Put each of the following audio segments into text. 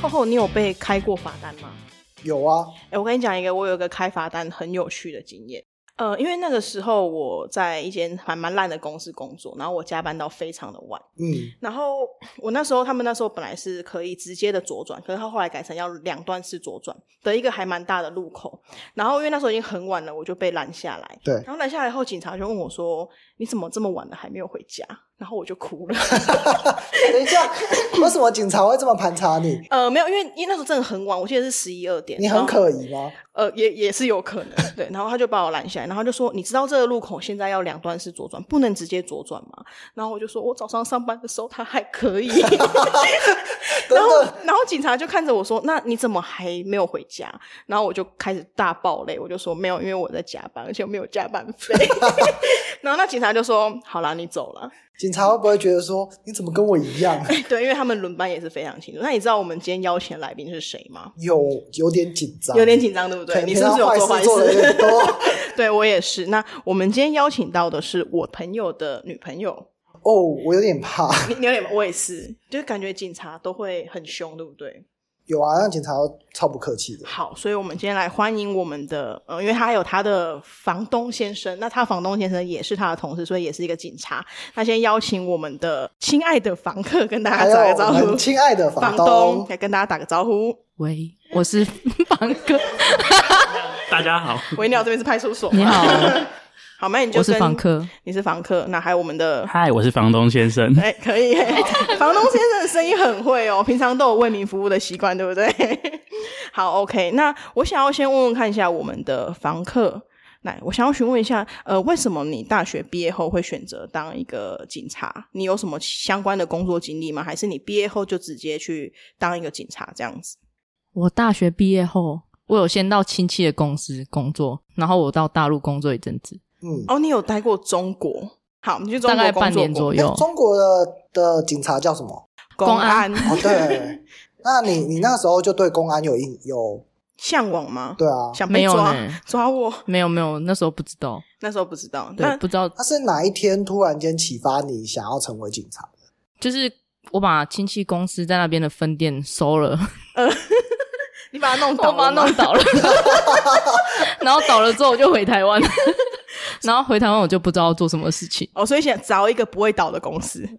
厚厚，你有被开过罚单吗？有啊，哎、我跟你讲一个，我有一个开罚单很有趣的经验。呃，因为那个时候我在一间还蛮烂的公司工作，然后我加班到非常的晚。嗯， 然后我那时候他们那时候本来是可以直接的左转，可是他后来改成要两段式左转的一个还蛮大的路口。然后因为那时候已经很晚了，我就被拦下来。对然后拦下来后，警察就问我说：“你怎么这么晚了还没有回家？”然后我就哭了。 等一下，为什么警察会这么盘查你？呃，没有，因为因为那时候真的很晚，我记得是十一二点。你然很后可疑吗？呃，也也是有可能， 对。然后他就把我拦下来，然后就说：“你知道这个路口现在要两段式左转，不能直接左转吗？”然后我就说：“我早上上班的时候他还可以。” 真然后的，，然后警察就看着我说：“那你怎么还没有回家？”然后我就开始大爆泪，我就说：“没有，因为我在加班，而且我没有加班 费。” 然后那警察就说：“好啦，你走了。警察会不会觉得说你怎么跟我一样？ 对，因为他们轮班也是非常清楚。那你知道我们今天邀请的来宾是谁吗？有有点紧张，有点紧张，对不可对？能你是平不常是有坏做事坏做的有点多。 对我也是。那我们今天邀请到的是我朋友的女朋友，哦，我有点怕。你你有点，我也是，就是感觉警察都会很凶，对不对？有啊，那警察都超不客气的。好，所以我们今天来欢迎我们的，呃，因为他有他的房东先生，那他房东先生也是他的同事，所以也是一个警察。那先邀请我们的亲爱的房客跟大还家打有个招我们呼，亲爱的房房东，来跟大家打个招呼。喂，我是房哥， 大家好，维鸟这边是派出所，你好， 好，那你 就我是跟房，客。你是房客，那还有我们的嗨，我是房东先生。哎、可以、房东先生的声音很会哦，平常都有为民服务的习惯，对不对？ 好，OK，那我想要先问问看一下我们的房客，来，我想要询问一下，呃，为什么你大学毕业后会选择当一个警察？你有什么相关的工作经历吗？还是你毕业后就直接去当一个警察这样子？我大学毕业后，我有先到亲戚的公司工作，然后我到大陆工作一阵子，嗯，哦，你有待过中国？好，你去中大国概工作半年过左右诶。中国的的警察叫什么？公公安安 哦，对，那你你那个时候就对公安有印有向往吗？对啊？想没被有抓呢抓我？没有没有，那时候不知道，那时候不知道，那对，不知道，那是哪一天突然间启发你想要成为警察？就是我把亲戚公司在那边的分店收了，你把它弄倒我 了吗，把它弄倒了，然后倒了之后我就回台湾，然后回台湾我就不知道做什么事情。哦，所以想找一个不会倒的公司。哦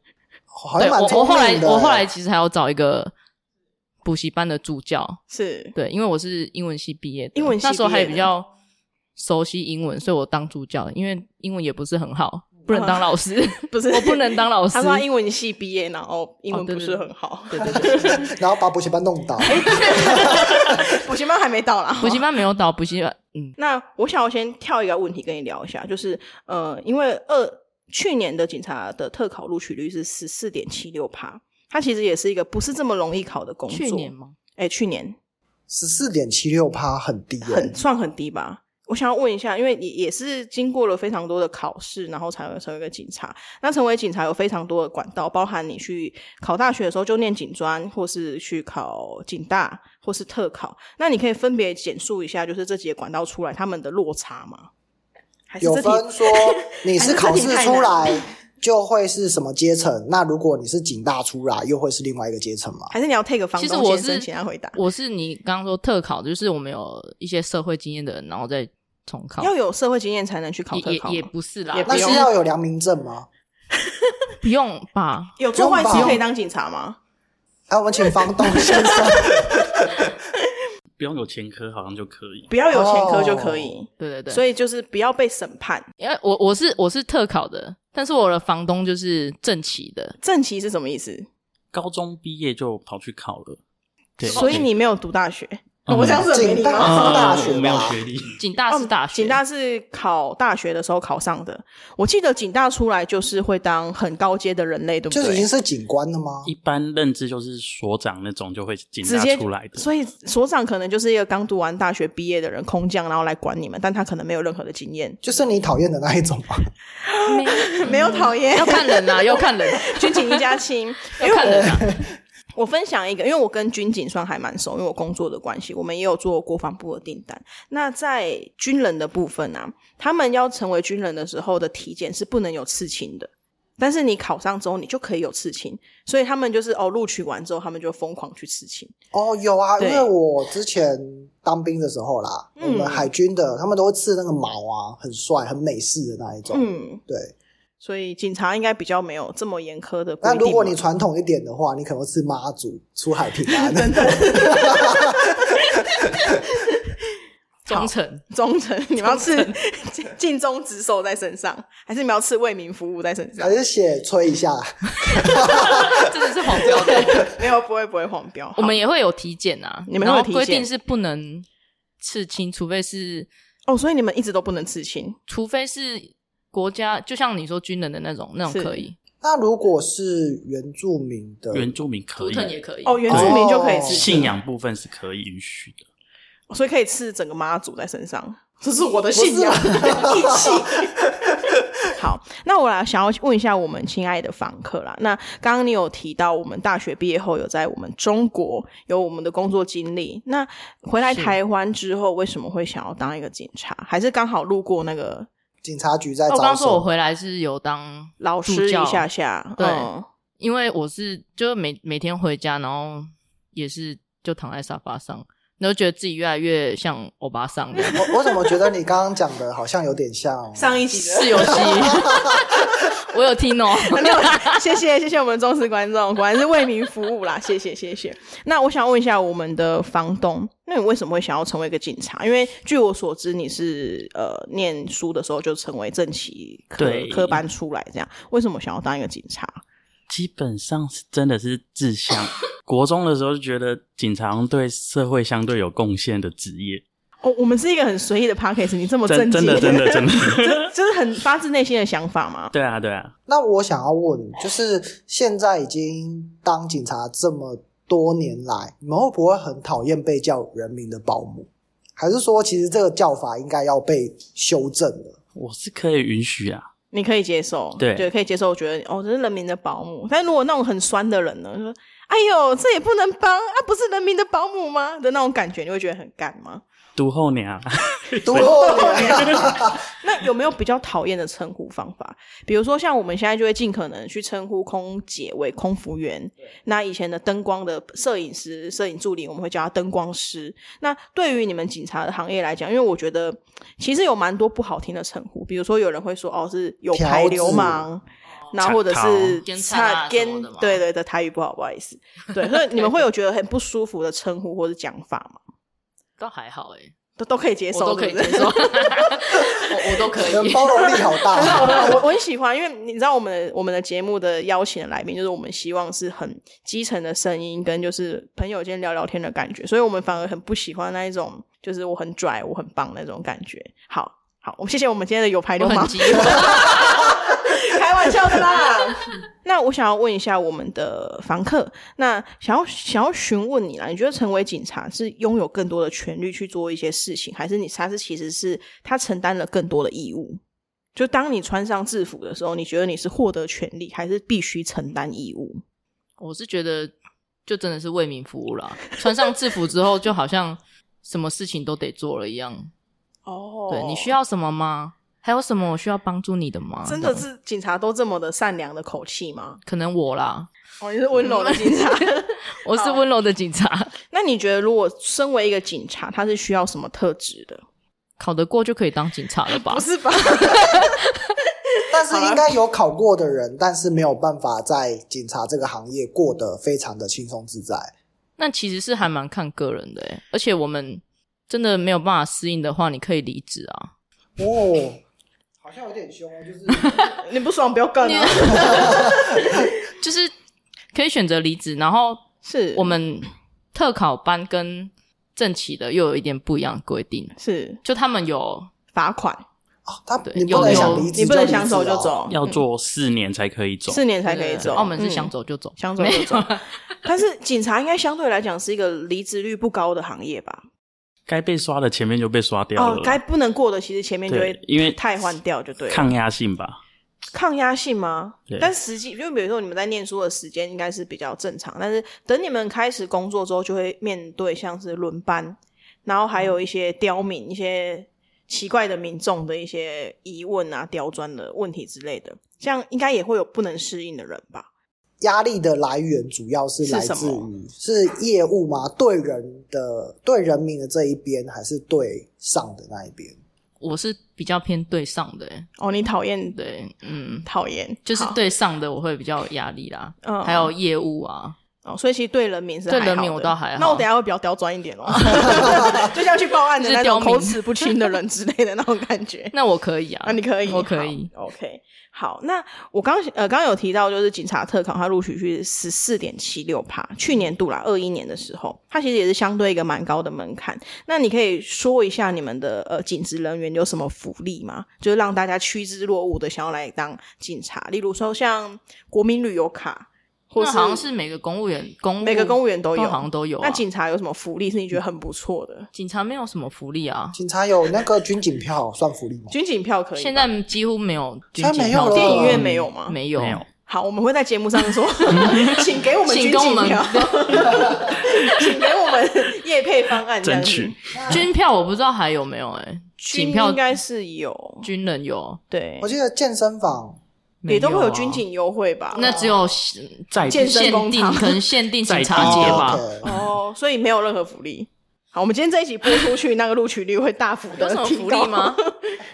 好对像我蛮我聪后来明的。我后来其实还要找一个补习班的助教，是，对，因为我是英文系毕业的，英文系那时候毕业还的比较熟悉英文，所以我当助教，因为英文也不是很好，不能当老师， 不是我不能当老师他。说他英文系毕业，然后英文哦对不对是对很好， 对对对，然后把补习班弄倒，哎补习班还没到啦。补习班没有倒，补习班嗯，那我想要先跳一个问题跟你聊一下，就是呃，因为二去年的警察的特考录取率是十四点七六趴，它其实也是一个不是这么容易考的工作。去年？吗？哎、去年十四点七六趴很低、欸，很算很低吧。我想要问一下，因为也也是经过了非常多的考试，然后才会成为一个警察。那成为警察有非常多的管道，包含你去考大学的时候就念警专，或是去考警大，或是特考。那你可以分别简述一下，就是这几个管道出来他们的落差吗？还是有这题分说你是考试 还是这题出太来就会是什么阶层，那如果你是警大出来，又会是另外一个阶层嘛？还是你要 take 房其实东我先生是请他回答？我是你刚刚说特考，就是我们有一些社会经验的人，然后再重考，要有社会经验才能去考也特考也也吗不是啦也，不那就是用是要有良民证吗？不用吧？有做坏不事用吧可以当警察吗？哎、我们请房东先生， 不用有前科，好像就可以。不要有前科就可以。对对对，所以以就是不要被审判。因为我我是我是特考的，但是我的房东就是正企的，正旗是什么意思？高中毕业就跑去考了，对，所以你没有读大学，嗯 我这样子很没礼警大貌。上大嗯学没有吧？学历，警大是大哦学，警 大是考大学的时候考上的。我记得警大出来就是会当很高阶的人类，对不就已经对？是警官了吗？一般认知就是所长那种就会警直察接出来的。所以所长可能就是一个刚读完大学毕业的人空降，然后来管你们，但他可能没有任何的经验，就是你讨厌的那一种吗？没有讨厌要看人啦，要看人， 军警一家亲，因为要看人啊。我分享一个，因为我跟军警算还蛮熟，因为我工作的关系，我们也有做国防部的订单。那在军人的部分啊，他们要成为军人的时候的体检是不能有刺青的。但是你考上之后，你就可以有刺青，所以他们就是哦，录取完之后，他们就疯狂去刺青。哦，有啊，因对为我之前当兵的时候啦，嗯我们海军的他们都会刺那个毛啊，很帅，很美式的那一种。嗯，对。所以警察应该比较没有这么严苛的规那定。如果你传统一点的话，你可能会刺妈祖、出海平安。忠诚， 忠诚，你们要刺 尽尽忠职守在身上，还是你们要刺为民服务在身上还？是写吹一下，真的是黄标的。没有，不会不会黄标。我们也也会有体检啊，你们然会有后体检规定是不能刺青，除非是哦，所以你们一直都不能刺青，除非是国家，就像你说军人的那种，那种是可以，那如果是原住民的，原住民可以，可以哦，原住民就可以刺信青，仰部分是可以允许的。所以可以刺整个妈祖在身上，这是我的信仰不义气。 好，那我来想要问一下我们亲爱的访客啦。那刚刚你有提到我们大学毕业后有在我们中国有我们的工作经历，那回来是台湾之后为什么会想要当一个警察？还是刚好路过那个警察局在哦我刚招刚说我手，回来是有当，老师助教一下下？对嗯因为我是就是每每天回家，然后也是就躺在沙发上，然后觉得自己越来越像欧巴桑 这样我我怎么觉得你刚刚讲的好像有点像上一集的是有戏，我有听哦。 没有，谢谢谢谢我们忠实观众，果然是为民服务啦，谢 谢谢谢。那我想问一下我们的房东，那你为什么会想要成为一个警察？因为据我所知，你是呃念书的时候就成为正旗科对科班出来，这样为什么想要当一个警察？基本上是真的是 志向。国中的时候就觉得警察好像对社会相对有贡献的职业，哦，我们是一个很随意的 p a c k a g e 你这么真正经，真的真的真的。 这这是很发自内心的想法吗？对啊对啊，那我想要问，就是现在已经当警察这么多年来，你们会不会很讨厌被叫人民的保姆？还是说，其实这个叫法应该要被修正了？我是可以允许啊。你可以接受，对对，可以接受。我觉得哦，这是人民的保姆。但如果那种很酸的人呢，就说：“哎呦，这也不能帮啊，不是人民的保姆吗？”的那种感觉，你会觉得很干吗？读后啊娘，多年 那有没有比较讨厌的称呼方法？比如说，像我们现在就会尽可能去称呼空姐为空服员。那以前的灯光的摄影师、摄影助理，我们会叫他灯光师。那对于你们警察的行业来讲，因为我觉得其实有蛮多不好听的称呼，比如说有人会说哦是有牌流氓。然后或者是奸哦菜啊奸什么的吗对对的台语不好，不好意思。对，所以你们会有觉得很不舒服的称呼或者讲法吗？倒还好哎、都都可以接受，我都可以对不接对受， 我我都可 人以。包容力好 我大。我 我很喜欢，因为你知道我们的我们的节目的邀请的来宾，就是我们希望是很基层的声音，跟就是朋友间聊聊天的感觉，所以我们反而很不喜欢那一种，就是我很拽，我很棒那种感觉。好好，我们谢谢我们今天的有牌我流很氓，急， 开玩笑的啦。那我想要问一下我们的房客，那想要想要询问你啦，你觉得成为警察是拥有更多的权利去做一些事情，还是你他是其实是他承担了更多的义务？就当你穿上制服的时候，你觉得你是获得权利，还是必须承担义务？我是觉得就真的是为民服务啦。穿上制服之后，就好像什么事情都得做了一样。哦对你需要什么吗？还有什么我需要帮助你的吗？真这的样是警察都这么的善良的口气吗？可能我啦，哦，你是温嗯柔的警察。我是温柔的警察，那你觉得，如果身为一个警察，他是需要什么特质的？考得过就可以当警察了吧不？是吧？但是应该有考过的人，但是没有办法在警察这个行业过得非常的轻松自在。那其实是还蛮看个人的、欸，而且我们真的没有办法适应的话，你可以离职啊。哦，好像有点凶，啊 就是你不爽不要干啊！就是可以选择离职，然后是我们特考班跟正企的又有一点不一样的规定，是就他们有罚款，哦，他对你有不能有想离职，你不能想走就就离职哦。走，要做四年才可以走。嗯四年才可以走。澳门是想嗯走就走，想走没就有走，但是警察应该相对来讲是一个离职率不高的行业吧？该被刷的前面就被刷掉哦了，，该不能过的其实前面就会对因为太换掉就对了。抗压性吧。抗压性吗对？但实际，因为比如说你们在念书的时间应该是比较正常，但是等你们开始工作之后，就会面对像是轮班，然后还有一些刁民、一些奇怪的民众的一些疑问啊、刁钻的问题之类的，这样应该也会有不能适应的人吧？压力的来源主要是来是自什于是业务吗？对人的对人民的这一边，还是对上的那一边？ 我是比较偏对上的、欸，哦，你讨厌的，对，嗯，讨厌就是好对上的我会比较有压力啦，嗯还有业务啊，哦，所以其实对人民是对还好人民的我倒还好那我等一下会比较刁钻一点哦，就像去报案的那种就是刁民口齿不清的人之类的那种感觉。那我可以啊，啊，你可以，我可以，好，OK。好，那我刚呃刚刚有提到，就是警察特考，它录取率十四点七六趴，去年度啦，二一年的时候，它其实也是相对一个蛮高的门槛。那你可以说一下你们的呃警职人员有什么福利吗？就是让大家趋之若鹜的想要来当警察，例如说像国民旅游卡，或那好像是每个公务员公务每个公务员都有好像都有啊、那警察有什么福利是你觉得很不错的？警察没有什么福利啊，警察有那个军警票算福利吗？军警票可以吧？现在几乎没有军现在警没有票了这个电影院没有吗没有，没有好，我们会在节目上说， 请给我们军请跟我警们票，请给我们业配方案这样争子。取 军票我不知道还有没有哎、欸，军警票应该是有，军人有，对我，记得健身房没也都会有有啊军，警优惠吧？那只有在健身限工定厂可能限定警察在地节结吧。哦，OK 哦，所以没有任何福利。好，我们今天这一集播出去，那个录取率会大幅有的什么提福高利吗？？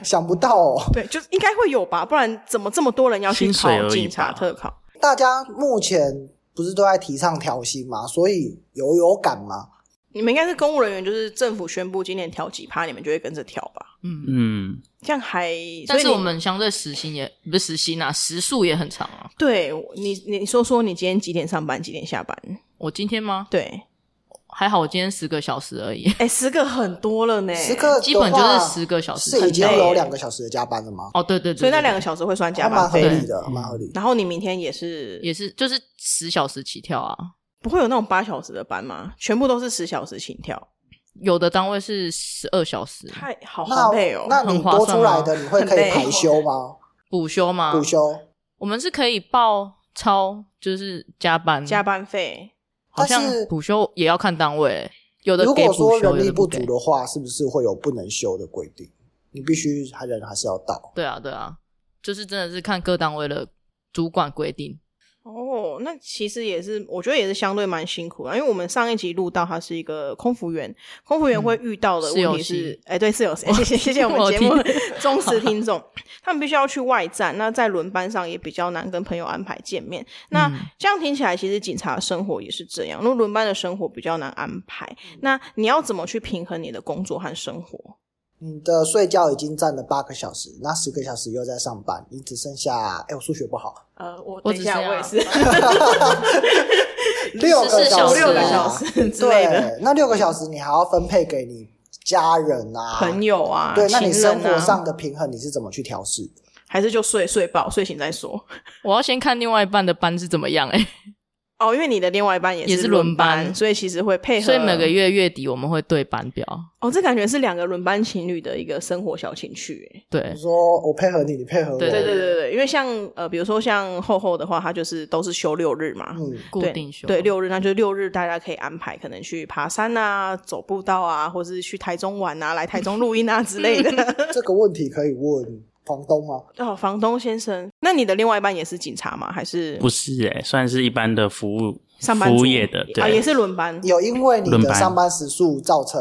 想不到哦。 对，就是应该会有吧，不然怎么这么多人要去薪水考而已警察吧特考？大家目前不是都在提倡调薪嘛，所以有有感嘛。你们应该是公务人员，就是政府宣布今年调几趴，你们就会跟着调吧？嗯，嗯，这样还，但是所以你我们相对时薪也不是时薪啊，时数也很长啊。对你，你说说你今天几点上班，几点下班？我今天吗？对，还好，我今天十个小时而已， 哎、十个很多了呢，十个基本就是十个小时是已经很累有两个小时的加班了吗？哦，对对对，所以那对两个小时会算加还蛮班合费。理的，还蛮合理的。然后你明天也是，也是就是十小时起跳啊。不会有那种八小时的班吗？全部都是十小时起跳，有的单位是十二小时太嗯好那好累哦。那你很划多算出来啊的，你会很可以累排休吗？补休吗？补，休？我们是可以报超，就是加班加，班费好像但是补休也要看单位欸，有的如给果说补休，人有力的不给足。的话，是不是会有不能休的规定？你必须还人还是要到。对啊，对啊，就是真的是看各单位的主管规定。哦，那其实也是，我觉得也是相对蛮辛苦啊的，因为我们上一集录到他是一个空服员，空服员会遇到的问嗯题是有是戏，哎、对，是有谁？谢谢谢谢我们我节目听忠实听众，他们必须要去外站，那在轮班上也比较难跟朋友安排见面。那、嗯这样听起来，其实警察生活也是这样，因为轮班的生活比较难安排。嗯那你要怎么去平衡你的工作和生活？你的睡觉已经占了八个小时，那十个小时又在上班，你只剩下……哎，我数学不好，呃，我我等一只下，是我也啊 是六个14小小时，时啊六个小时之类的。对，那六个小时你还要分配给你家人啊、朋友啊，对，那你情生人活啊，上的平衡你是怎么去调试的？还是就睡睡饱，睡醒再说。我要先看另外一半的班是怎么样哎、哦，因为你的另外一半也也是轮轮班所以其实会配合。所以每个月月底我们会对班表，哦，这感觉是两个轮班情侣的一个生活小情趣。哎对你，说我配合你，你配合我，对对对对对，因为像呃，比如说像厚厚的话，他就是都是休六日嘛，嗯，固对定休对，六日，那就六日大家可以安排，可能去爬山啊、走步道啊，或是去台中玩啊、来台中录音啊之类 的。这个问题可以问房东吗？哦，房东先生，那你的另外一半也是警察吗？还是不是哎、算是一般的服务上班服族务业的，对，啊，也是轮班。有因为你轮的班上班时数造成，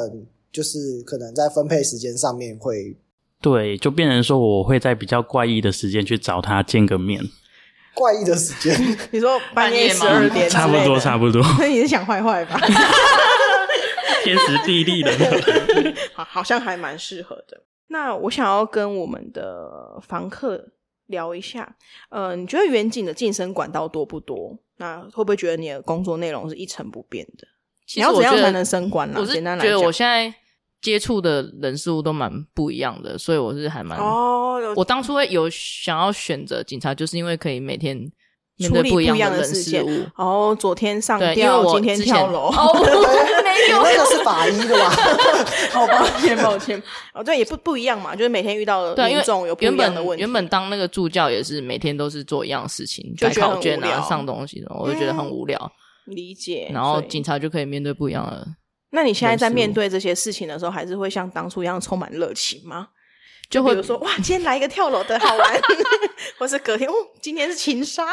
就是可能在分配时间上面会对，就变成说我会在比较怪异的时间去找他见个面，怪异的时间， 你说半夜十半二夜点，差不多，差不 不多，多。那你是想坏坏 吧？天时地利的。好，好像还蛮适合的。那我想要跟我们的房客聊一下，呃，你觉得远景的晋升管道多不多？那会不会觉得你的工作内容是一成不变的？你其实要怎我觉样得才能升官啦？我是简单来觉得讲，我现在接触的人事物都蛮不一样的，所以我是还蛮。哦，有我当初会有想要选择警察，就是因为可以每天面处对理一样样人事事件物。。哦，昨天上对，因为吊，我今天之前跳楼。 哦，没你有，那个是法医的吧？好抱歉，抱歉。哦，对，也不不一样嘛，就是每天遇到的对，因民为众有不原一样的本问题。原本当那个助教也是每天都是做一样的事情，就改觉得很考卷无聊啊、上东西的，我就觉得很无聊。理解，然后所以警察就可以面对不一样的，那你现在在人事物面对这些事情的时候，还是会像当初一样充满热情吗？就比会如说哇，今天来一个跳楼的好 玩，或是隔天哦，今天是情杀，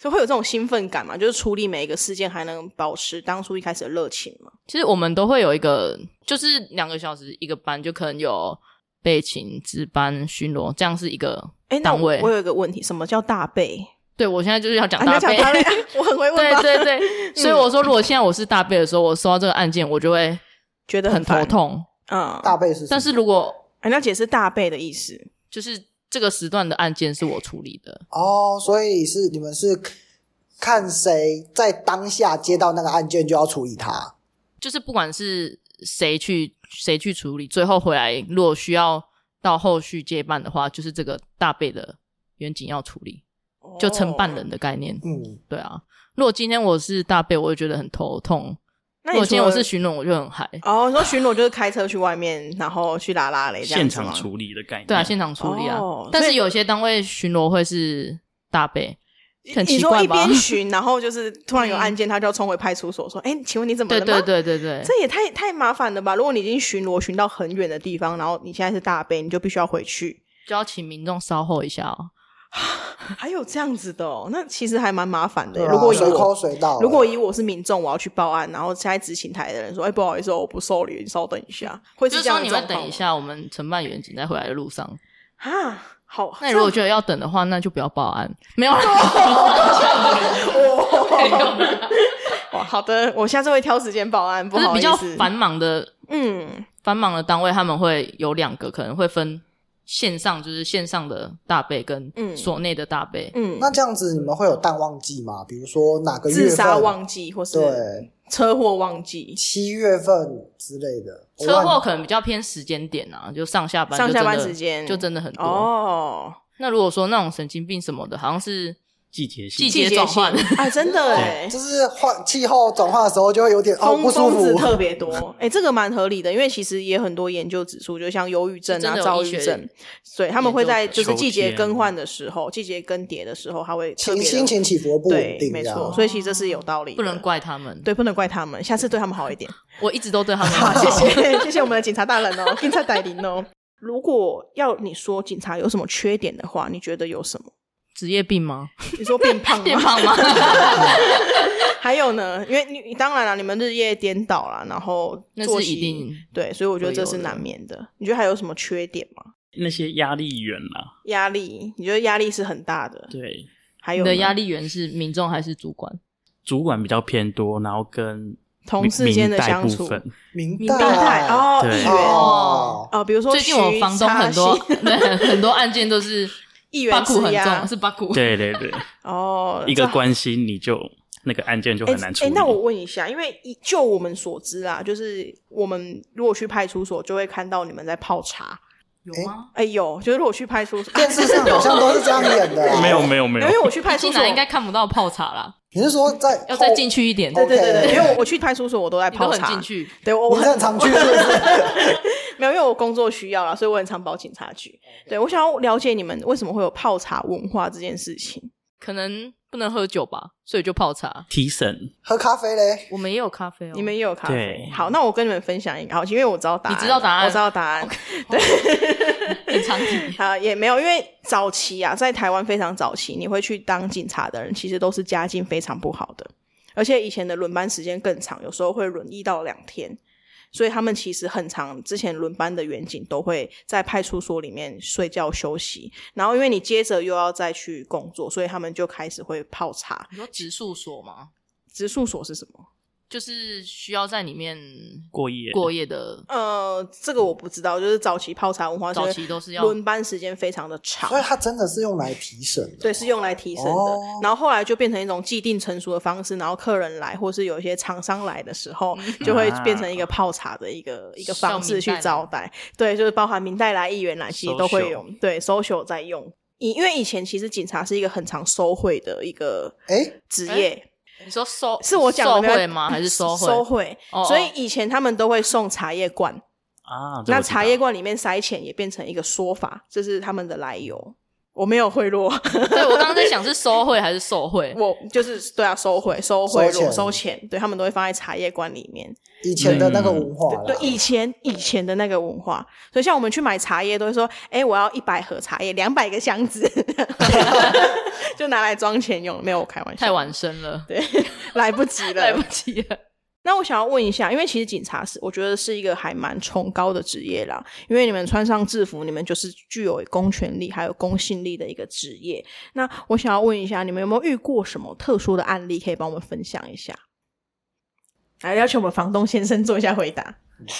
所以会有这种兴奋感嘛？就是处理每一个事件，还能保持当初一开始的热情嘛？其实我们都会有一个，就是两个小时一个班，就可能有备勤、值班、巡逻，这样是一个哎，那单我位。我有一个问题，什么叫大背？对我现在就是要讲啊，你大要讲备，大 背， 我嗯很会问对吧？对对。 所以我说，如果现在我是大备的时候，我收到这个案件，我就会觉得很头烦。痛。嗯，大背是什么，但是如果哎你要解释大背的意思。就是这个时段的案件是我处理的，哦，所以是你们是看谁在当下接到那个案件就要处理它。就是不管是谁去谁去处理，最后回来如果需要到后续接办的话，就是这个大备的远景要处理，就哦承办人的概念。嗯，对啊，如果今天我是大背，我会觉得很头痛；那如你果今天除我了是巡逻，我就很嗨。哦，你说巡逻就是开车去外面，然后去拉拉嘞，这样现子吗场处理的概念。对啊，现场处理啊。哦但所是以有些单位巡逻会是大背，很你奇说怪一吧边？巡，然后就是突然有案件，他就要冲回派出所说：“哎、请问你怎么对了吗？”对对对对，这也太太麻烦了吧！如果你已经巡逻巡到很远的地方，然后你现在是大杯，你就必须要回去。就要请民众稍后一下哦。还有这样子的哦，那其实还蛮麻烦的对耶。啊如果以随我口水到，如果以我是民众，我要去报案，然后现在执勤台的人说：“哎、不好意思、哦，我不受理，你稍等一下。”会就是这说样你的会状况等一下，我们承办员警在回来的路上。吗啊？好，那你如果觉得要等的话，那就不要报案。没有啦，哦 哇，哦好的，我下次会挑时间报案，不就是好比意较思。繁忙的嗯，繁忙的单位，他们会有两个，可能会分线上，就是线上的大背跟嗯所内的大背。嗯，那这样子，你们会有淡旺季吗？比如说哪个月自份？杀旺季或是对，车祸旺季，七月份之类的。我车祸乱可能比较偏时间点啊，就上下班上下班就真的时间就真的很多。哦，那如果说那种神经病什么的，好像是季节性季节转换，季节性 啊，真的哎，就是换气候转换的时候，就会有点哦风不舒风子服。特别多， 哎、这个蛮合理的，因为其实也很多研究指出，就像忧郁症真啊、的有躁医郁学症，所以他们会在就是秋季节天更换的时候、季节更迭的时候，他会特情别心的情起伏不稳对，定，没这样错，所以其实这是有道理的，不能怪他们。对，不能怪他们，下次对他们好一 点。我一直都对他们好，好谢。谢谢谢我们的警察大人哦，警察逮林哦。如果要你说警察有什么缺点的话，你觉得有什么？职业病吗？你说变胖吗？ 变胖吗？ 还有呢，因为你你当然了，你们日夜颠倒啦，然后那作是息一定。对，所以我觉得会这有是的难免的。你觉得还有什么缺点吗？那些压力源啦、压力，你觉得压力是很大的，对，还你有的压力，力源是民众还是主管？主管比较偏多，然后跟同事间的明代相部处分明明明代哦，对议员哦，哦，比如说最近我徐房东很多插 对很多案件都是 议八员股施很压重，是八股。对对对， 哦， 一个这关心你就那个案件就很难处哎、理。那我问一下，因为一就我们所知啊，就是我们如果去派出所，就会看到你们在泡茶。有吗？哎、有，就是如果去派出所，电视上好 像都是这样演的啦。没有没有没因有，为我去派出进所来应该看不到泡茶啦，你是说在要再后进去一点。对对对对， OK 因为我我去派出所，我都在你都泡很茶进。去，对我我你是 很常去是不是？没有，因为我工作需要啦，所以我很常跑警察局。对我想要了解你们为什么会有泡茶文化这件事情。可能不能喝酒吧，所以就泡茶。提神，喝咖啡嘞？我们也有咖啡哦，你们也有咖啡对？好，那我跟你们分享一个，好，因为我知道答案，你知道答案我知道答案。 很常 提。啊，也没有，因为早期啊，在台湾非常早期，你会去当警察的人，其实都是家境非常不好的，而且以前的轮班时间更长，有时候会轮一到两天，所以他们其实很长。之前轮班的远警都会在派出所里面睡觉休息，然后因为你接着又要再去工作，所以他们就开始会泡茶。你说植树所吗？植宿所是什么？就是需要在里面过夜过夜 的，呃，这个我不知道，就是早期泡茶文化，早期都是要轮班时间非常的长，所以它真的是用来提神的。对，是用来提升的。哦然后后来就变成一种既定成熟的方式，然后客人来，或是有一些厂商来的时候，就啊会变成一个泡茶的一个、一个方式去招待。对，就是包含明代来、议员来，其实都会用对 social 在用。以因为以前其实警察是一个很常收贿的一个哎，职业。你说收是我讲的受没有贿吗？还是收贿？收贿，哦哦所以以前他们都会送茶叶罐，啊，这我那知茶道叶罐里面塞钱也变成一个说法，这是他们的来由。我没有贿赂，对我刚刚在想是收贿还是受贿？我就是对啊，收回收贿赂收钱收钱，对他们都会放在茶叶罐里面。以前的那个文化啦嗯对，以前以前的那个文化，所以像我们去买茶叶，都会说：“哎、我要一百盒茶叶，两百个箱 子，就拿来装钱用。”没有，我开玩笑，太晚生 了，对，来不及了，来不及了。那我想要问一下，因为其实警察是我觉得是一个还蛮崇高的职业啦，因为你们穿上制服，你们就是具有公权力还有公信力的一个职业。那我想要问一下，你们有没有遇过什么特殊的案例，可以帮我们分享一下？来，要求我们房东先生做一下回答。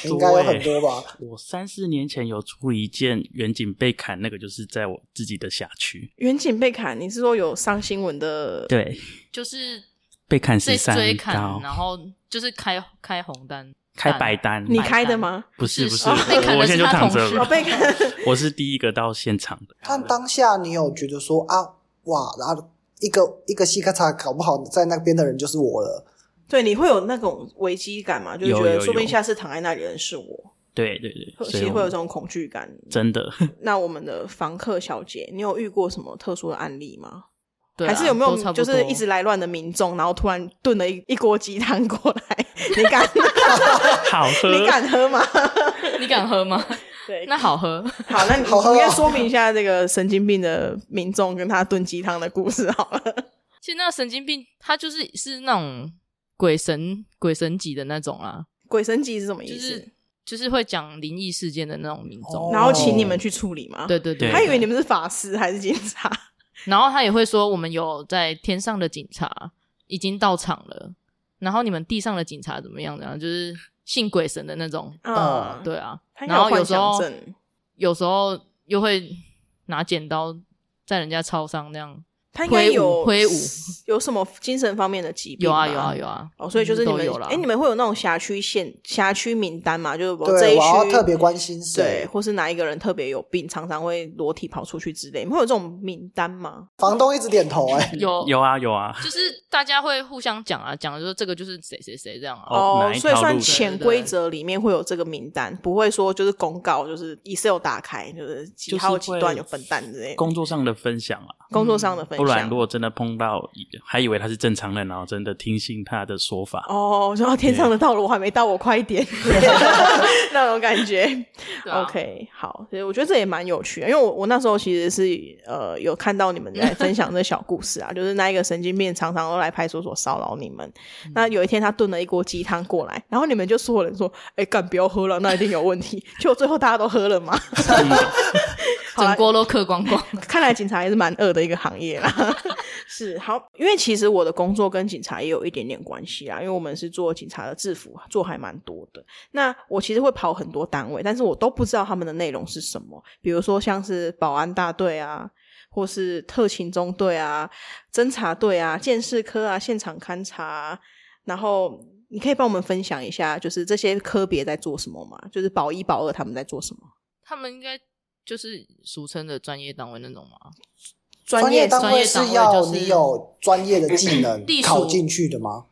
应该有很多吧？我三四年前有处理一件远景被砍，那个就是在我自己的辖区，远景被砍，你是说有上新闻的？，对，就是被砍被十三追砍，刀，然后就是开开红单，开白单，你开的吗？不是不是，哦被砍的我是我现在就他躺同着事哦，了，被 砍，我是第一个到现场的。但当下你有觉得说啊哇，然后一个一个细咔嚓，搞不好在那边的人就是我了。对，你会有那种危机感嘛？就是有觉得有说不定有下次躺在那里的人是我，对对对，其所以实我会有这种恐惧感。真的，那我们的房客小姐，你有遇过什么特殊的案例吗？对啊、还是有没都差有不多就是一直来乱的民众，然后突然炖了一 一锅鸡汤过 来？你敢？ 好喝，你敢喝吗？ 你敢 喝吗？对，那好喝， 好，那你好喝哦你应该说明一下这个神经病的民众跟他炖鸡汤的故事好了。 其实那个神经病他就是是那种鬼神鬼神级的那种啊啦，鬼神级是什么意就思？是就是会讲灵异事件的那种民众。哦然后请你们去处理吗？哦对，对对，对他以为你们，们是法师还是警 察？然后他也会说我们有在天上的警察已经到场了，然后你们地上的警察怎么样？怎么样？就是信鬼神的那种，啊，对啊。他应该有然后有幻时想候症有时候又会拿剪刀在人家超商那样，他应该有挥舞挥舞有什么精神方面的疾病有吗？啊有啊有啊，哦，所以就是你都们有啦。哎，你们会有那种辖区县辖区名单嘛？就是我这对，一我要区特别关心对，谁。或是哪一个人特别有病，常常会裸体跑出去之类，你们会有这种名单吗？房东一直点头、哎，有有啊有啊，就是大家会互相讲啊，讲就是这个就是谁谁谁这样啊。哦哪一条所以算路潜规则里面会有这个名单，不会说就是公告，就是 Excel 打开就是几号就是几会段有笨蛋之类的，工作上的分享啊，工作上的分不然享如。果真的碰到，还以为他是正常人，然后真的听信他的 说法，哦，然后天上的道路我还没到，我快一 点， 那种感觉。对啊 OK，好，所以我觉得这也蛮有趣的，因为我我那时候其实是呃有看到你们在分享这小故事 啊，就是那一个神经病常常都来派出所骚扰你们。嗯那有一天他炖了一锅鸡汤过来，然后你们就所有人说：“哎、干不要喝了，那一定有问题。”结果最后大家都喝了 嘛。好啊啦整锅都嗑光光。看来警察也是蛮恶的一个行业啦。 是好，因为其实我的工作跟警察也有一点点关系啊啦，因为我们是做警察的制服，做还蛮多的。那我其实会跑很多单位，但是我都不知道他们的内容是什么，比如说像是保安大队啊。或是特勤中队啊、侦查队啊、鉴识科啊、现场勘查、啊，然后你可以帮我们分享一下，就是这些科别在做什么吗？就是保一、保二他们在做什么？他们应该就是俗称的专业单位那种嘛，专业业单位专是业单位要就是你有专业的技 能隶属考进去的吗？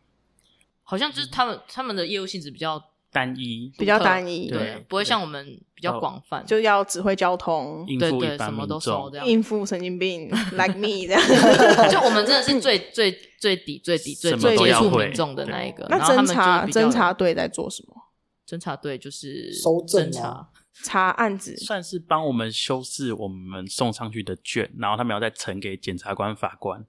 好像嗯就是他们他们的业务性质比较单一比较独特单一对对，不会像我们比较广泛，哦就要指挥交通，应对付一对，般什么民都收众这，样。啊应付神经 病 like me 这样。 就我们真的是最最最底最底最什么最都接要触会民众的那一个。那然后他侦们查就是比较侦查队在做什么？侦查队就是收证侦查啊 吗，查案子算是帮我们修饰我们送上去的卷，然后他们要再呈给检察官、法官，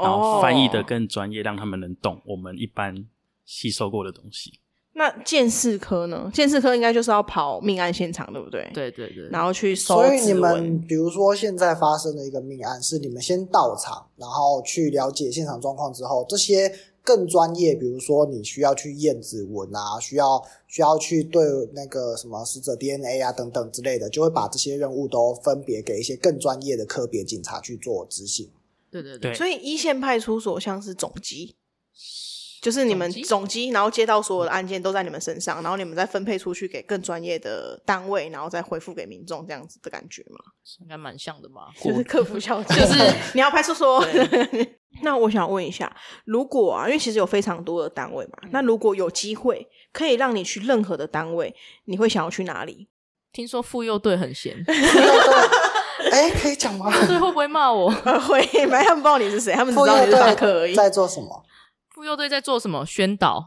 然后翻译的哦、更专业，让他们能懂我们一般吸收过的东西。那鉴识科呢？鉴识科应该就是要跑命案现场，对不对？。对对对，然后去搜所以你指纹们比如说现在发生的一个命案，是你们先到场，然后去了解现场状况之后，这些更专业，比如说你需要去验指纹啊，需要需要去对那个什么死者 DNA 啊等等之类的，就会把这些任务都分别给一些更专业的科别警察去做 执行。对对对对，所以一线派出所像是总机，就是你们总机总机，然后接到所有的案件都在你们身上，然后你们再分配出去给更专业的单位，然后再回复给民众，这样子的感觉嘛，应该蛮像的吧？就是客服 小姐，就是你要派出所。 那我想问一下，如果啊，因为其实有非常多的单位嘛，嗯那如果有机会可以让你去任何的单位，你会想要去哪里？听说妇幼队很闲，哎，可以 讲吗？所以会不会骂我？呃会，反正他们不知道你是谁，他们只妇知道你幼是访客而已队。在做什么？妇幼队在做什么？宣导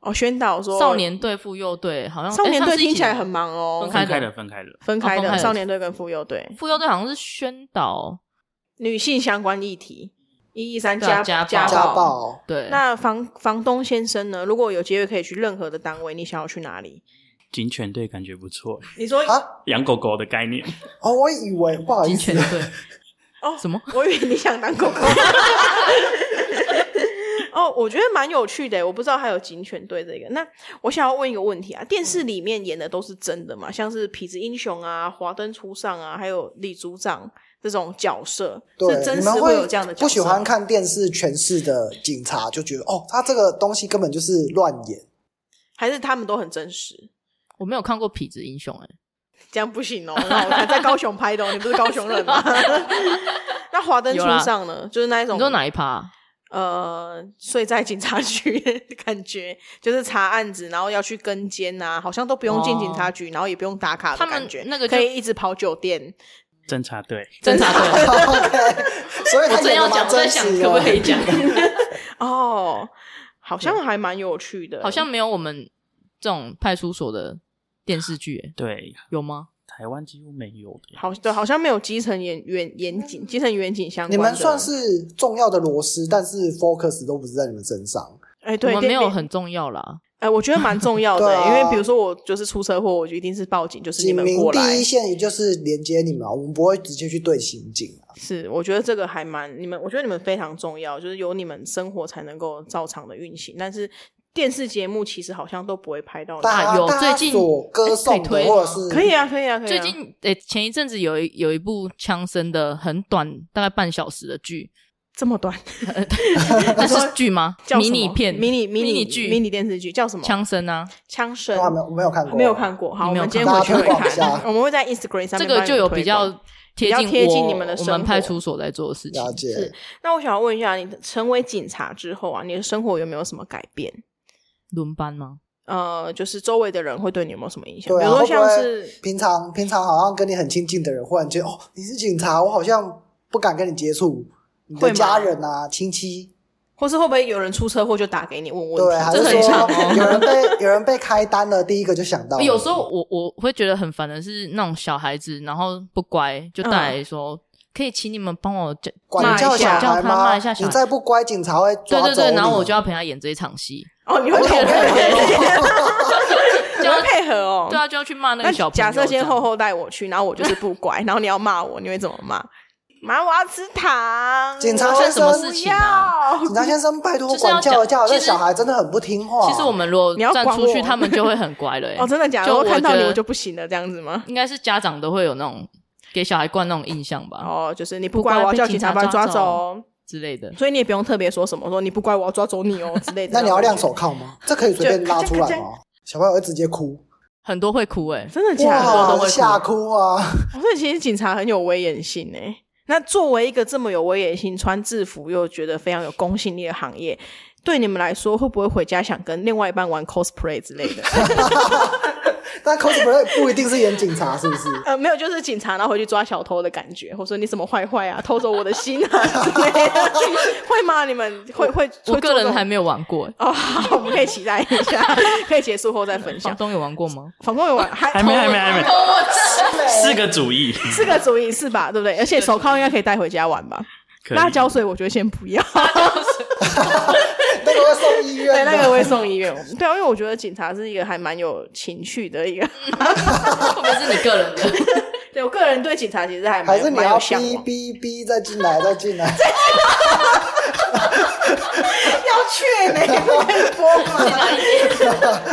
哦，宣导 说少年队、妇幼队，好像少年诶队他们是一听起来的很忙哦分，分开开的的，分开的。分开哦分开的的少年队跟妇幼队，妇幼队好像是宣导，女性相关议题，一一三对啊家家家暴家暴。对，那房房东先生呢？如果有机会可以去任何的单位，你想要去哪里？警犬队感觉不错，你说啊！养狗狗的概念。 哦，我以为不好意警思犬，队 哦什么？ 我以为你想当狗狗。 哦，我觉得蛮有趣的，我不知道还有警犬队这个。那我想要问一个问题啊，电视里面演的都是真的吗？像是《痞子英雄》啊，《华灯初上》啊，还有李组长这种角色，对是，真你实们会有这样的角色不吗？喜欢看电视诠释的警察，就觉得哦，他这个东西根本就是乱 演。还是他们都很真实？我没有看过《痞子英雄》哎，这样不行哦，那我还在高雄拍的哦，你不是高雄人 吗？那《华灯初上》呢，就是那一种你说哪一趴 啊？呃，睡在警察局 的感觉，就是查案子，然后要去跟监啊，好像都不用进警察局，然后也不用打卡的哦他们感觉，那个就可以一直跑酒店。侦察队，侦察队。啊 OK，所以他我正演的要讲，蛮我在真想实 可不的。可以讲， 哦，好像还蛮有趣的，好像没有我们这种派出所的电视剧欸，对，有吗？台湾几乎没有的。好对，好像没有基层严远严谨、基层远景相你关的。们算是重要的螺丝，但是 focus 都不是在你们身上。哎、我对，们电没有很重要啦。哎、我觉得蛮重要的、 对啊因为比如说我就是出车祸，我就一定是报警，就是你警们民过来。第一线，也就是连接你们啊，我们不会直接去对刑警啊。是，我觉得这个还蛮你们，我觉得你们非常重要，就是有你们生活才能够照常的运行。但是电视节目其实好像都不会拍到你大啊家有大家最近所歌颂可以的，推吗或者是可以啊，可以啊，可以啊。最近诶、前一阵子有一有一部枪声的很短，大概半小时的 剧，这么短，那是剧吗 叫？迷什么你片、迷你迷你迷你剧、迷你电视剧叫什么？枪声啊，枪声我。还没有没有看过，没有看过，好，我你没有们今天看回过去会大家推广一看，下我们会在 Instagram 上这面个就有比较帮你们推广贴比较贴近我你们的我生们活派出所在做的事情了。解是。那我想要问一下，你成为警察之后啊，你的生活有没有什么改变？轮班吗？呃，就是周围的人会对你有没有什么影响？对比啊，如会说不像会是平常平常好像跟你很亲近的人，忽然觉得哦，你是警察，我好像不敢跟你接触，你会的吗家人啊、亲戚，或是会不会有人出车祸就打给你问问题？对，还是这很像哦说有人被有人被开单了，第一个就想到了有时候我我会觉得很烦的是那种小孩子，然后不乖，就嗯带来说、可以请你们帮我叫管教骂一小下孩叫他吗骂一下？你小孩再不乖，警察会抓对对走对，你然后我就要陪他演这一场戏， 哦，你会我配有合， 看过你就要会配合哦。对啊，就要去骂那那个小朋友假设这先样厚厚带我去，然后我就是不乖， 然后你要骂我，你会怎么骂？妈，我要吃糖。哦警察我要先生不事情啊要警察先生，拜托就是要管教一下，讲这其实小孩真的很不听话。其实我们如果你要站管出去，我他们就会很乖了、欸。 哦，真的假的？就我看到觉你得我就不行了，这样子吗？应该是家长都会有那种给小孩灌那种印象吧、哦，就是你不不乖，乖我要被叫警警察察把你抓抓走哦。之类的。所以你也不用特别说什么，说你不乖，我要抓走你哦之类的。那你要亮手，铐吗？这可以随便拉出来就吗？小朋友会直接哭，很多会哭哎、真的假的？多都哇，会哭吓哭啊！哦所以其实警察很有威严性诶。那作为一个这么有威严性、穿制服又觉得非常有公信力的行业，对你们来说会不会回家想跟另外一半玩 cosplay 之类的？ 但 cosplay 不一定是演警察，是不是？呃，没有，就是警察然后回去抓小偷的感觉，或者说你怎么坏坏啊，偷走我的心啊之类的， 会吗？你们会会？我会做个这人种还没有玩过、欸，哦，好，我们可以期待一下， 可以结束后再分房享。东有玩过吗？ 反共有玩还 还没，还没，还没，四个 主意，四个主意是吧？对不对？而且手铐应该可以带回家玩吧？可以辣椒水我觉得先不要。那个会送医对，院的。那个会送医院。 对啊，因为我觉得警察是一个还蛮有情绪的一个。会不会是你个人的？ 对我个人对警察其实还蛮还是你蛮要有向逼往。逼逼再进来再进 来？要去美国播吗？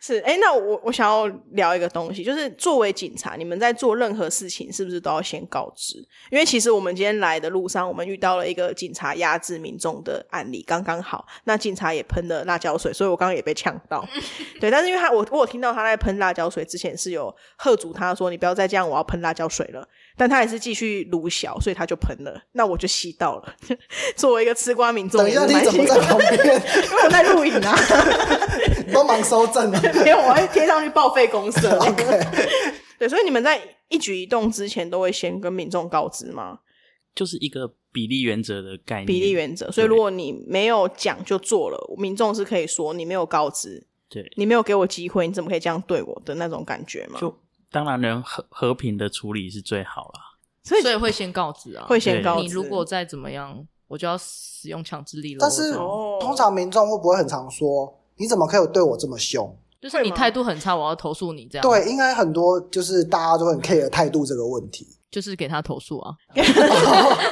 是，哎、那我我想要聊一个东西，就是作为警察，你们在做任何事情是不是都要先告知？因为其实我们今天来的路上，我们遇到了一个警察压制民众的案例，刚刚好，那警察也喷了辣椒水，所以我刚刚也被呛到。对，但是因为他我我有听到他在喷辣椒水之前是有喝阻他说你不要再这样，我要喷辣椒水了。但他还是继续撸小，所以他就喷了，那我就吸到了。 作为一个吃瓜民众，等一下，也是蛮辛你怎么苦在旁边因为我在录影啊，帮忙收证啊？ 没有，我会贴上去报废公社。对，所以你们在一举一动之前都会先跟民众告知吗？就是一个比例原则的概念。比例原则，所以如果你没有讲就做了，民众是可以说你没有告知，对，你没有给我机会，你怎么可以这样对我的那种感觉吗？就当然能和和平的处理是最好啦。所以所以会先告知啊。会先对告知。你如果再怎么样，我就要使用强制力了。但是这样哦通常民众会不会很常说，你怎么可以对我这么凶？就是你会吗态度很差，我要投诉你这样。，对，应该很多就是大家都很 care 态度这个问题。就是给他投诉啊，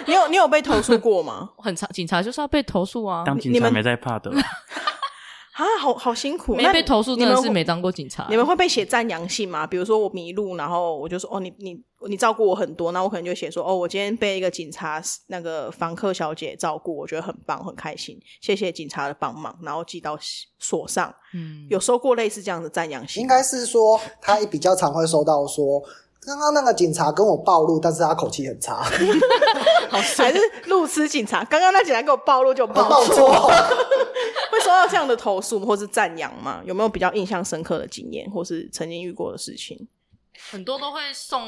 你有你有被投诉过吗？很差，警察就是要被投诉啊。当警哦你察们没在怕 的，啊，好好辛苦。没那被投诉你真的们是会没当过警啊察。你们会被写赞扬信吗？比如说我迷路，然后我就说哦，你你你照顾我很多，那我可能就写说哦，我今天被一个警察那个房客小姐照顾，我觉得很棒，很开心，谢谢警察的帮忙，然后寄到锁上。嗯，有收过类似这样的赞扬信？应该是说他比较常会收到说，刚刚那个警察跟我暴露，但是他口气很差，好哦还 是路痴警察？刚刚那警察给 我暴露就暴暴露，错。会收到这样的投诉或是赞扬吗？有没有比较印象深刻的经验，或是曾经遇过的事情？很多都会送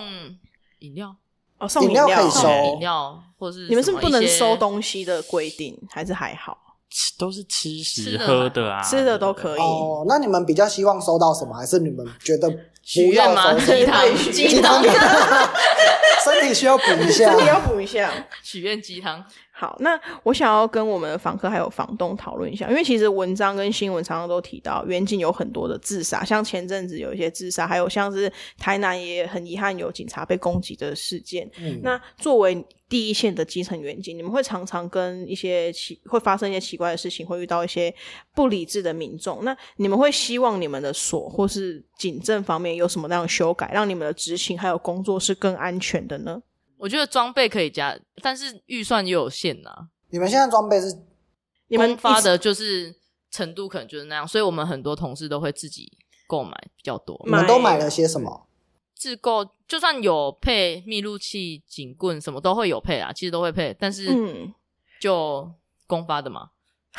饮料，哦，送饮料可以送收哦饮料或是你们是什不是不么能一些收东西的规定，还是还好？吃都是吃吃食的喝的啊，吃的都可以 哦，那你们比较希望收到什么？还是你们觉得许不愿要吗？收鸡什么？汤，对鸡汤， 身体需要补一这下个。要补一下。 许愿鸡汤。好，那我想要跟我们的房客还有房东讨论一下，因为其实文章跟新闻常常都提到，远景有很多的自杀，像前阵子有一些自杀，还有像是台南也很遗憾有警察被攻击的事件。嗯，那作为第一线的基层远景，你们会常常跟一些奇会发生一些奇怪的事情，会遇到一些不理智的民众。那你们会希望你们的所或是警政方面有什么样的修改，让你们的执行还有工作是更安全的呢？我觉得装备可以加，但是预算也有限呐、你们现在装备是你们公发的就是程度可能就是那样，所以我们很多同事都会自己购买比较多。你们都买了些什么？自购就算有配密录器、警棍什么都会有配啊，其实都会配，但是嗯就公发的嘛，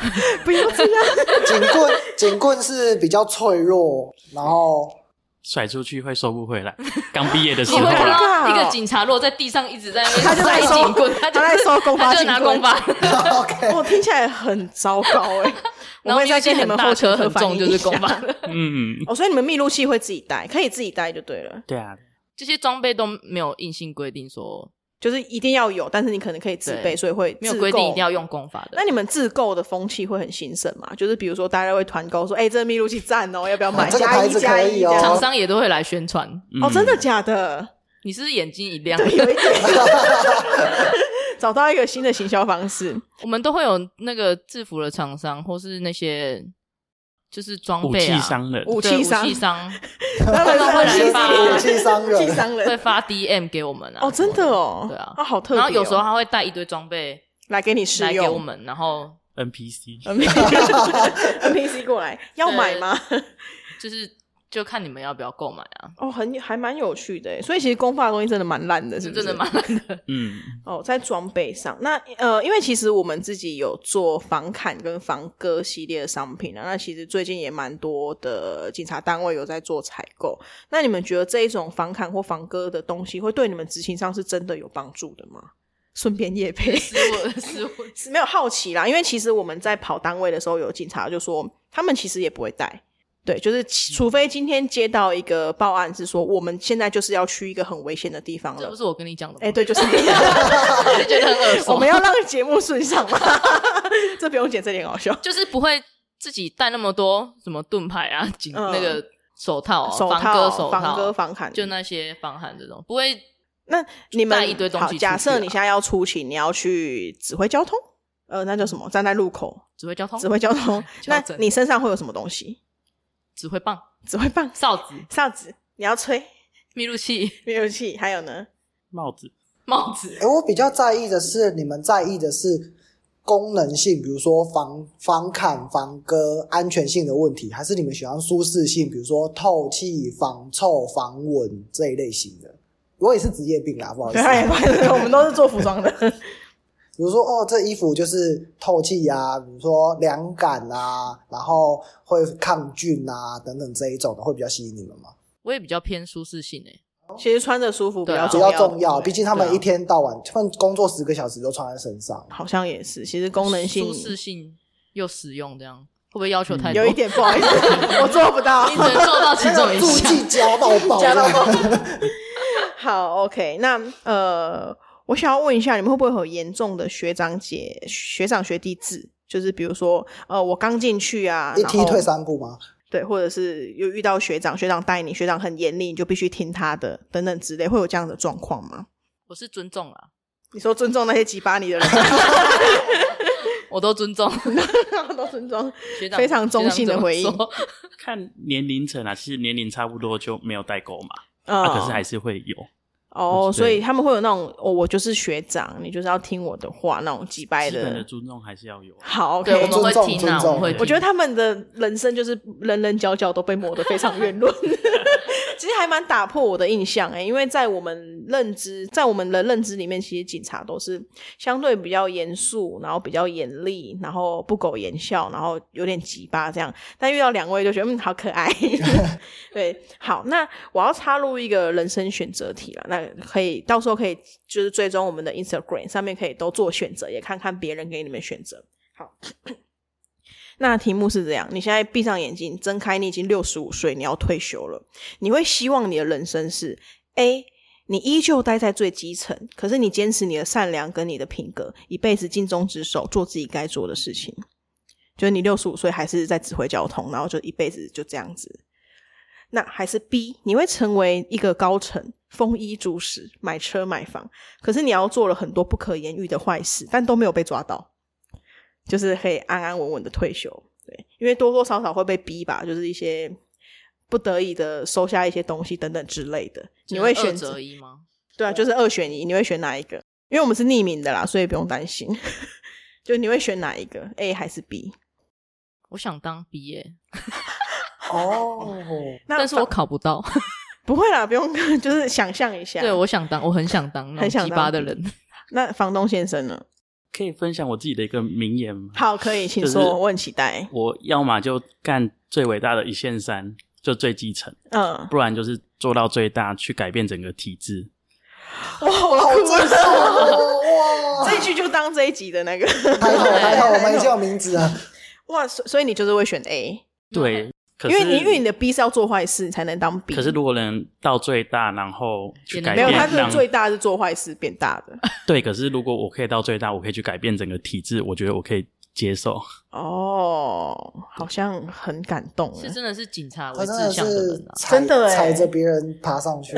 不要这 样。警棍，警棍是比较脆弱，然后 甩出去会收不回来。刚毕业的时你候会 看啦，好尴 尬哦到一个警察落在地上一直在那他边就在塞收警棍，他就他在收公发他就拿警棍公发， OK，我听起来很糟糕哎、 我然后会密录再器跟你很们大后车车很重，就是公吧。发的。 嗯，哦，所以你们密录器会自己带，可以自己带就对了，对啊， 这些装备都没有硬性规定说就是一定要有，但是你可能可以自备，对所以会没有自规定购一定要用。公法的那。你们自购的风气会很兴盛嘛？就是比如说大家会团购说，哎、这密录器赞 哦，要不要买？啊这个加牌一子加可一以这哦样厂。商也都会来宣传，嗯哦，真的假的？你是不是眼睛一亮，对，有一 点 找到一个新的行销方式。 我们都会有那个制服的厂商，或是那些就是装武备器啊，伤人，武对器商武 器商他们会来是发 武器商 武器人，商会人发 DM 给我们啊。哦，真的哦，对啊啊，好特别哦、然后有时候他会带一堆装备来给你试来用，给我们，然后 NPC， NPC 过来要买吗？ 就是就看你们要不要购买啊。哦，很还蛮有趣的耶，所以其实公发的东西真的蛮烂的，是是不是真的蛮难的，嗯，哦，在装备上，那呃，因为其实我们自己有做防砍跟防割系列的商品啊，那其实最近也蛮多的警察单位有在做采购。那你们觉得这一种防砍或防割的东西，会对你们执行上是真的有帮助的吗？顺便夜配，是我 是我是没有好奇啦，因为其实我们在跑单位的时候，有警察就说他们其实也不会带。对，就是嗯其除非今天接到一个报案，是说我们现在就是要去一个很危险的地方这了不。是我跟你讲的吗？哎、对，就是你我 觉得很耳熟。 我们要让节目顺畅嘛， 这不用剪，这点搞笑。就是不会自己带那么多什么盾牌啊、警、嗯那个手套、啊、手防套、割手防割、套，防砍，就那些防寒这种，不会那你带们一堆东西好出去假设啊你现在要出勤，你要去指挥交通，呃，那叫什么？站在路口指挥交通、，指挥交通 校那正你身上会有什么东西？指挥棒、指挥棒、哨子、哨子，你要吹密录器、 灭火器，还有呢？帽子帽子。哎、我比较在意的是，你们在意的是功能性，比如说防防砍、防割、安全性的问题，还是你们喜欢舒适性，比如说透气、防臭、防蚊这一类型的？我也是职业病啦，不好 意对，思。他也拍的，我们都是做服装的。比如说，哦，这衣服就是透气啊，比如说凉感啊，然后会抗菌啊等等这一种的，会比较吸引你们吗？我也比较偏舒适性 诶、欸其实穿着舒服比较对啊比要，较重要，对毕竟他们对啊一天到晚，他们工作十个小时都穿在身上。好像也是，其实功能性嗯舒适性又实用，这样会不会要求太多？有一，点不好意思， 我做不到 你。只能做到其还 中有一助项。记加到爆，加到爆这样好，OK，那呃，我想要问一下，你们会不会有严重的学长姐、学长学弟制？就是比如说，呃，我刚进去啊，一踢然后退三步吗？对，或者是有遇到学长，学长带你，学长很严厉，你就必须听他的，等等之类，会有这样的状况吗？我是尊重啦，你说尊重那些挤巴你的人， 我都尊重 都尊重。学长，非常中性的回应学长怎么说看年龄层啊，其实年龄差不多就没有代沟嘛，啊啊，可是还是会有。哦，对所以他们会有那种哦，我就是学长，你就是要听我的话那种挤掰基本的的。尊重还是要有。啊好，OK，对，我们尊重会听啊，尊重我们会听。我觉得他们的人生就是棱棱角角都被磨得非常圆 润，其实还蛮打破我的印象哎、因为在我们认知，在我们的认知里面，其实警察都是相对比较严肃，然后比较严厉，然后不苟言笑，然后有点急巴这样。但遇到两位就觉得嗯，好可 爱。对，好，那我要插入一个人生选择题了，那可以到时候可以就是追踪我们的 Instagram 上面可以都做选择，也看看别人给你们选择。好。那题目是这样：你现在闭上眼睛，睁开，你已经六十五岁，你要退休了。你会希望你的人生是 A，你依旧待在最基层，可是你坚持你的善良跟你的品格，一辈子尽忠职守，做自己该做的事情。就是你六十五岁还是在指挥交通，然后就一辈子就这样子。那还是 B，你会成为一个高层，丰衣足食，买车买房，可是你要做了很多不可言喻的坏事，但都没有被抓到，就是可以安安稳稳的退休。对，因为多多少少会被逼吧，就是一些不得已的收下一些东西等等之类的。你会选只能择二择一吗？对啊，就是二选一，你会选哪一个？因为我们是匿名的啦，所以不用担心。 就你会选哪一个？A 还是 B？我想当 B 耶，哦，那但是我考不到。不会啦，不用， 就是想象一下。对，我想当，我很想当那很种想鸡当巴的人。那房东先生呢？可以分享我自己的一个名言吗？好，可以，请就是说，我很期待。我要么就干最伟大的一线山，就最基层，嗯，不然就是做到最大，去改变整个体制。哇，我 好哭真实了。哦 哇！这一句就当这一集的那欸个。还 好还好，我们已经有名字了。哇，所所以你就是会选 A，对，可因是为你因为你的 B 是要做坏事你才能当 B。可是如果能到最大，然后去也能改没变，有，他的让最大是做坏事变大的。对。可是如果我可以到最大，我可以去改变整个体制，我觉得我可以接受。哦，好像很感动。啊是真的是警察他为真志的向的是人啊。踩真的欸踩着别人爬 上去，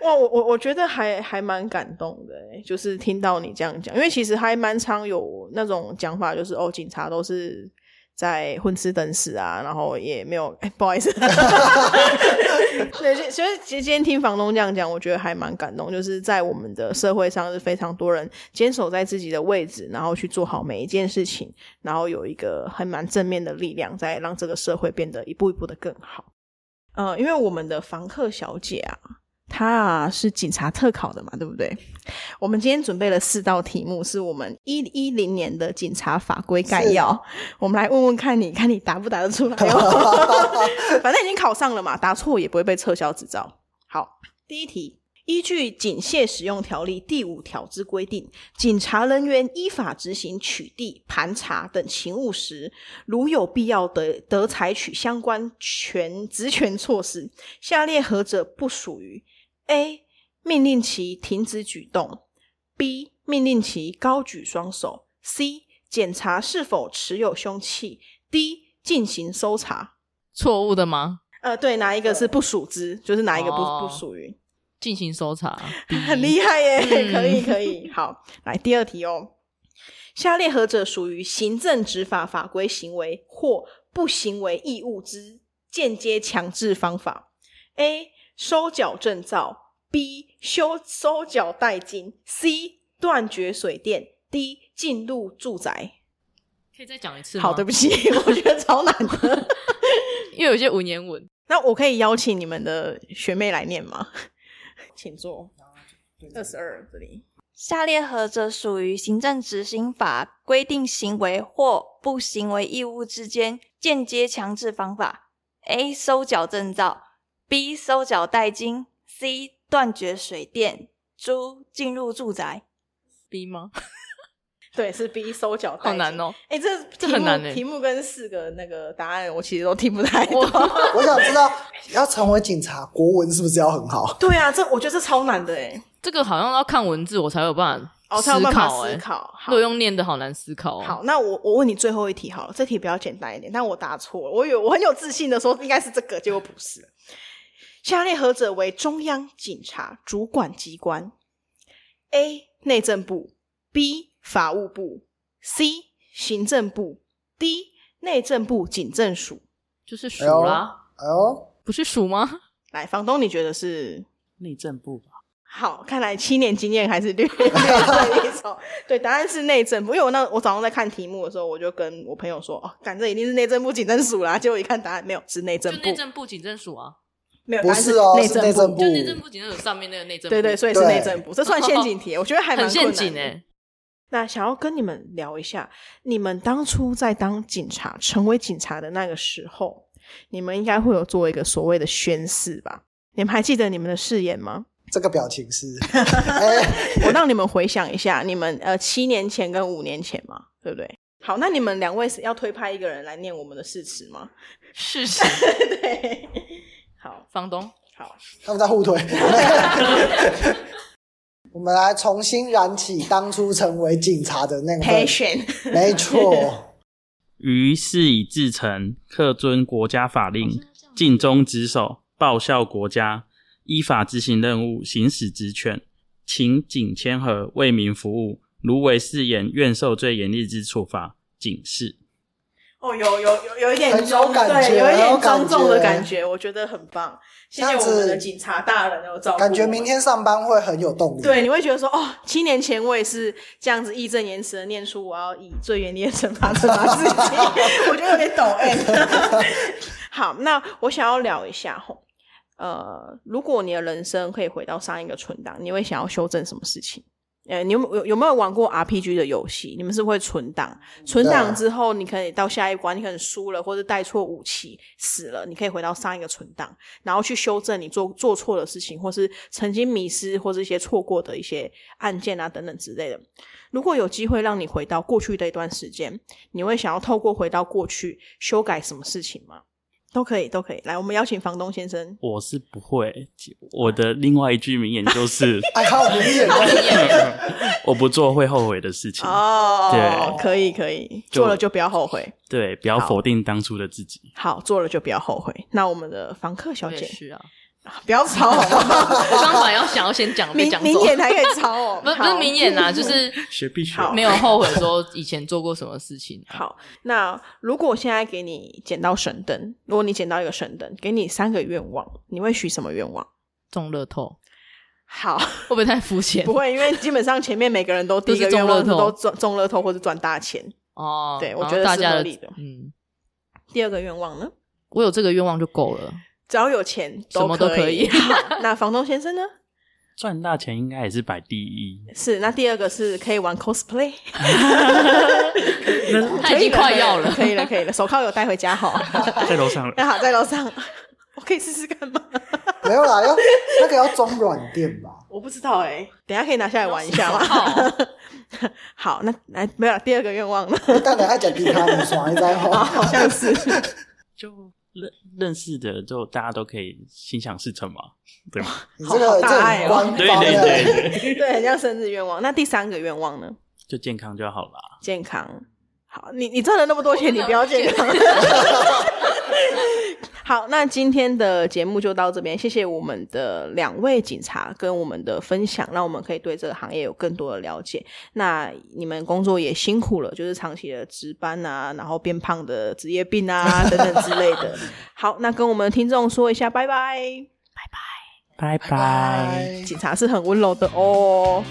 哇，我我我觉得还还蛮感动的欸，就是听到你这样讲，因为其实还蛮常有那种讲法，就是哦，警察都是在混吃等死啊，然后也没有，哎，不好意思， 对，就所以其实今天听房东这样讲，我觉得还蛮感动，就是在我们的社会上是非常多人坚守在自己的位置，然后去做好每一件事情，然后有一个还蛮正面的力量，在让这个社会变得一步一步的更好。呃，因为我们的房客小姐啊，她啊是警察特考的嘛，对不对？我们今天准备了四道题目，是我们一一零年的警察法规概要。我们来问问看你，看你答不答得出来哦。 反正已经考上了嘛，答错也不会被撤销执照。好，第一题。依据《警械使用条例》第五条之规定，警察人员依法执行取缔、盘查等勤务时，如有必要得得采取相关权职权措施，下列何者不属于？A. 命令其停止举动；B. 命令其高举双手；C. 检查是否持有凶器；D. 进行搜查。错误的吗？呃，对，哪一个是不属之？就是哪一个不、哦不属于？进行搜 查，很厉害耶，嗯可以可以。好，来第二题哦。下列何者属于行政执法法规行为或不行为义务之间接强制方法？A. 收缴证照；B. 收收缴代金；C. 断绝水电；D. 进入住宅。可以再讲一次吗？好，对不起，我觉得超难的。因为有一些文言文，那我可以邀请你们的学妹来念吗？请坐，二十二这里。 下列何者属于行政执行法规定行为或不行为义务之间间接强制方法？A. 收缴证照 B 收缴代金，C 断绝水电，D 进入住宅。B 吗？对，是 B 收缴代好金 难。哦。哎、这这题很目难欸题目跟四个那个答案，我其实都听不太懂。我想知道要成为警察，国文是不是要很好？对啊，这我觉得这超难的哎、 这个好像要看文字我才有办法哦，思才有办法考、思欸。考。如好果，用念的好难思考、哦。好，那我我问你最后一题好了，这题比较简单一点，但我答错了。我有我很有自信的说应该是这个，结果不是。 下列何者为中央警察主管机关？A. 内政部 B. 法务部 C. 行政部 D. 内政部警政署。就是数哎呦啦，哎呦，不是 数吗？来，房东你觉得是内政部吧，好，看来七年经验还是略略胜一 筹。 对，答案是内政部，因为我那我早上在看题目的时候，我就跟我朋友说，哦，感这一定是内政部警政署啦。结果一看答案，没有，是内政就部内，政部、警政署啊，没有，不答案是哦内是内政部。部就内政部、警政署上面那个内政部。对对，所以是对内政部，这算陷阱题，我觉得还蛮很困难陷阱哎、的。那想要跟你们聊一下，你们当初在当警察、成为警察的那个时候，你们应该会有做一个所谓的宣誓吧？你们还记得你们的誓言吗？这个表情是， 哎，我让你们回想一下，你们呃七年前跟五年前嘛，对不对？好，那你们两位是要推派一个人来念我们的誓词吗？ 事实。对，好房东，好，他们在互推。 我们来重新燃起当初成为警察的那个培份，训，没错。于是以至诚，恪遵国家法令，尽忠职守，报效国家，依法执行任务，行使职权，勤谨谦和，为民服务。如违誓言，愿受最严厉之处罚。警示。 哦，有有有有一点很有庄感觉对，有一很有点感庄重的觉感觉，我觉得很棒。谢谢我这样们子的警察大人有照顾我们，感觉明天上班会很有动力。对，你会觉得说，哦，七年前我也是这样子义正言辞的念书，我要以最严厉的惩罚惩罚自己，我觉得有点抖 M。好，那我想要聊一下吼，呃，如果你的人生可以回到上一个存档，你会想要修正什么事情？呃，你有有有没有玩过 RPG 的游戏？你们是会存档，存档之后，你可以到下一关，你可能输了或者带错武器死了，你可以回到上一个存档，然后去修正你做做错的事情，或是曾经迷失或是一些错过的一些案件啊等等之类的。如果有机会让你回到过去的一段时间，你会想要透过回到过去修改什么事情吗？都可以，都可以。来，我们邀请房东先生。我是不会，我的另外一句名言就是：哎，还有明眼 人，我不做会后悔的事情。哦，对可以，可以，就做了就不要后悔。对，不要否定当初的自己。好，做了就不要后悔。那我们的房客小我也姐，是啊。啊 不要吵 好不好我刚反要想要先讲，被明讲明走。眼还可以吵哦， 不是不是好明眼啊，就是学必学。好没有后悔说以前做过什么事情。啊好， 那如果现在给你捡到神灯，如果你捡到一个神灯，给你三个愿望，你会许什么 愿望？中乐透好，会不会太肤 浅？不会，因为基本上前面每个人都第一个 都是中愿望乐透都中中乐透或者赚大钱，哦，对我然后觉得大是家合的理的嗯，第二个愿望呢？我有这个愿望就够了。只要有钱什么都可可以好 那房东先生呢？赚大钱应该也是摆第一，是，那第二个是可以玩 cosplay，他已经快要了，可以了，可以了可以了，手铐有带回家 好。在楼上那好，在楼上，我可以试试看吗？没有啦，要那个要装软垫吧？我不知道哎、等一下可以拿下来玩一下手铐吗？ 好，那来没有了第二个愿望了，但等下讲其他你爽一 灾好，后，哦好像是就认认识的，就大家都可以心想事成嘛，对吗？你这个好这大爱哦很官对方对的，对对，对，很像生日愿望。那第三个愿望呢？就健康就好啦。健康。好，你你赚了那么多钱，你不要健康。 好，那今天的节目就到这边，谢谢我们的两位警察跟我们的分享，让我们可以对这个行业有更多的了解。那你们工作也辛苦了，就是长期的值班啊，然后变胖的职业病啊等等之类的。好，那跟我们的听众说一下，拜拜。拜拜拜。警察是很温柔的哦。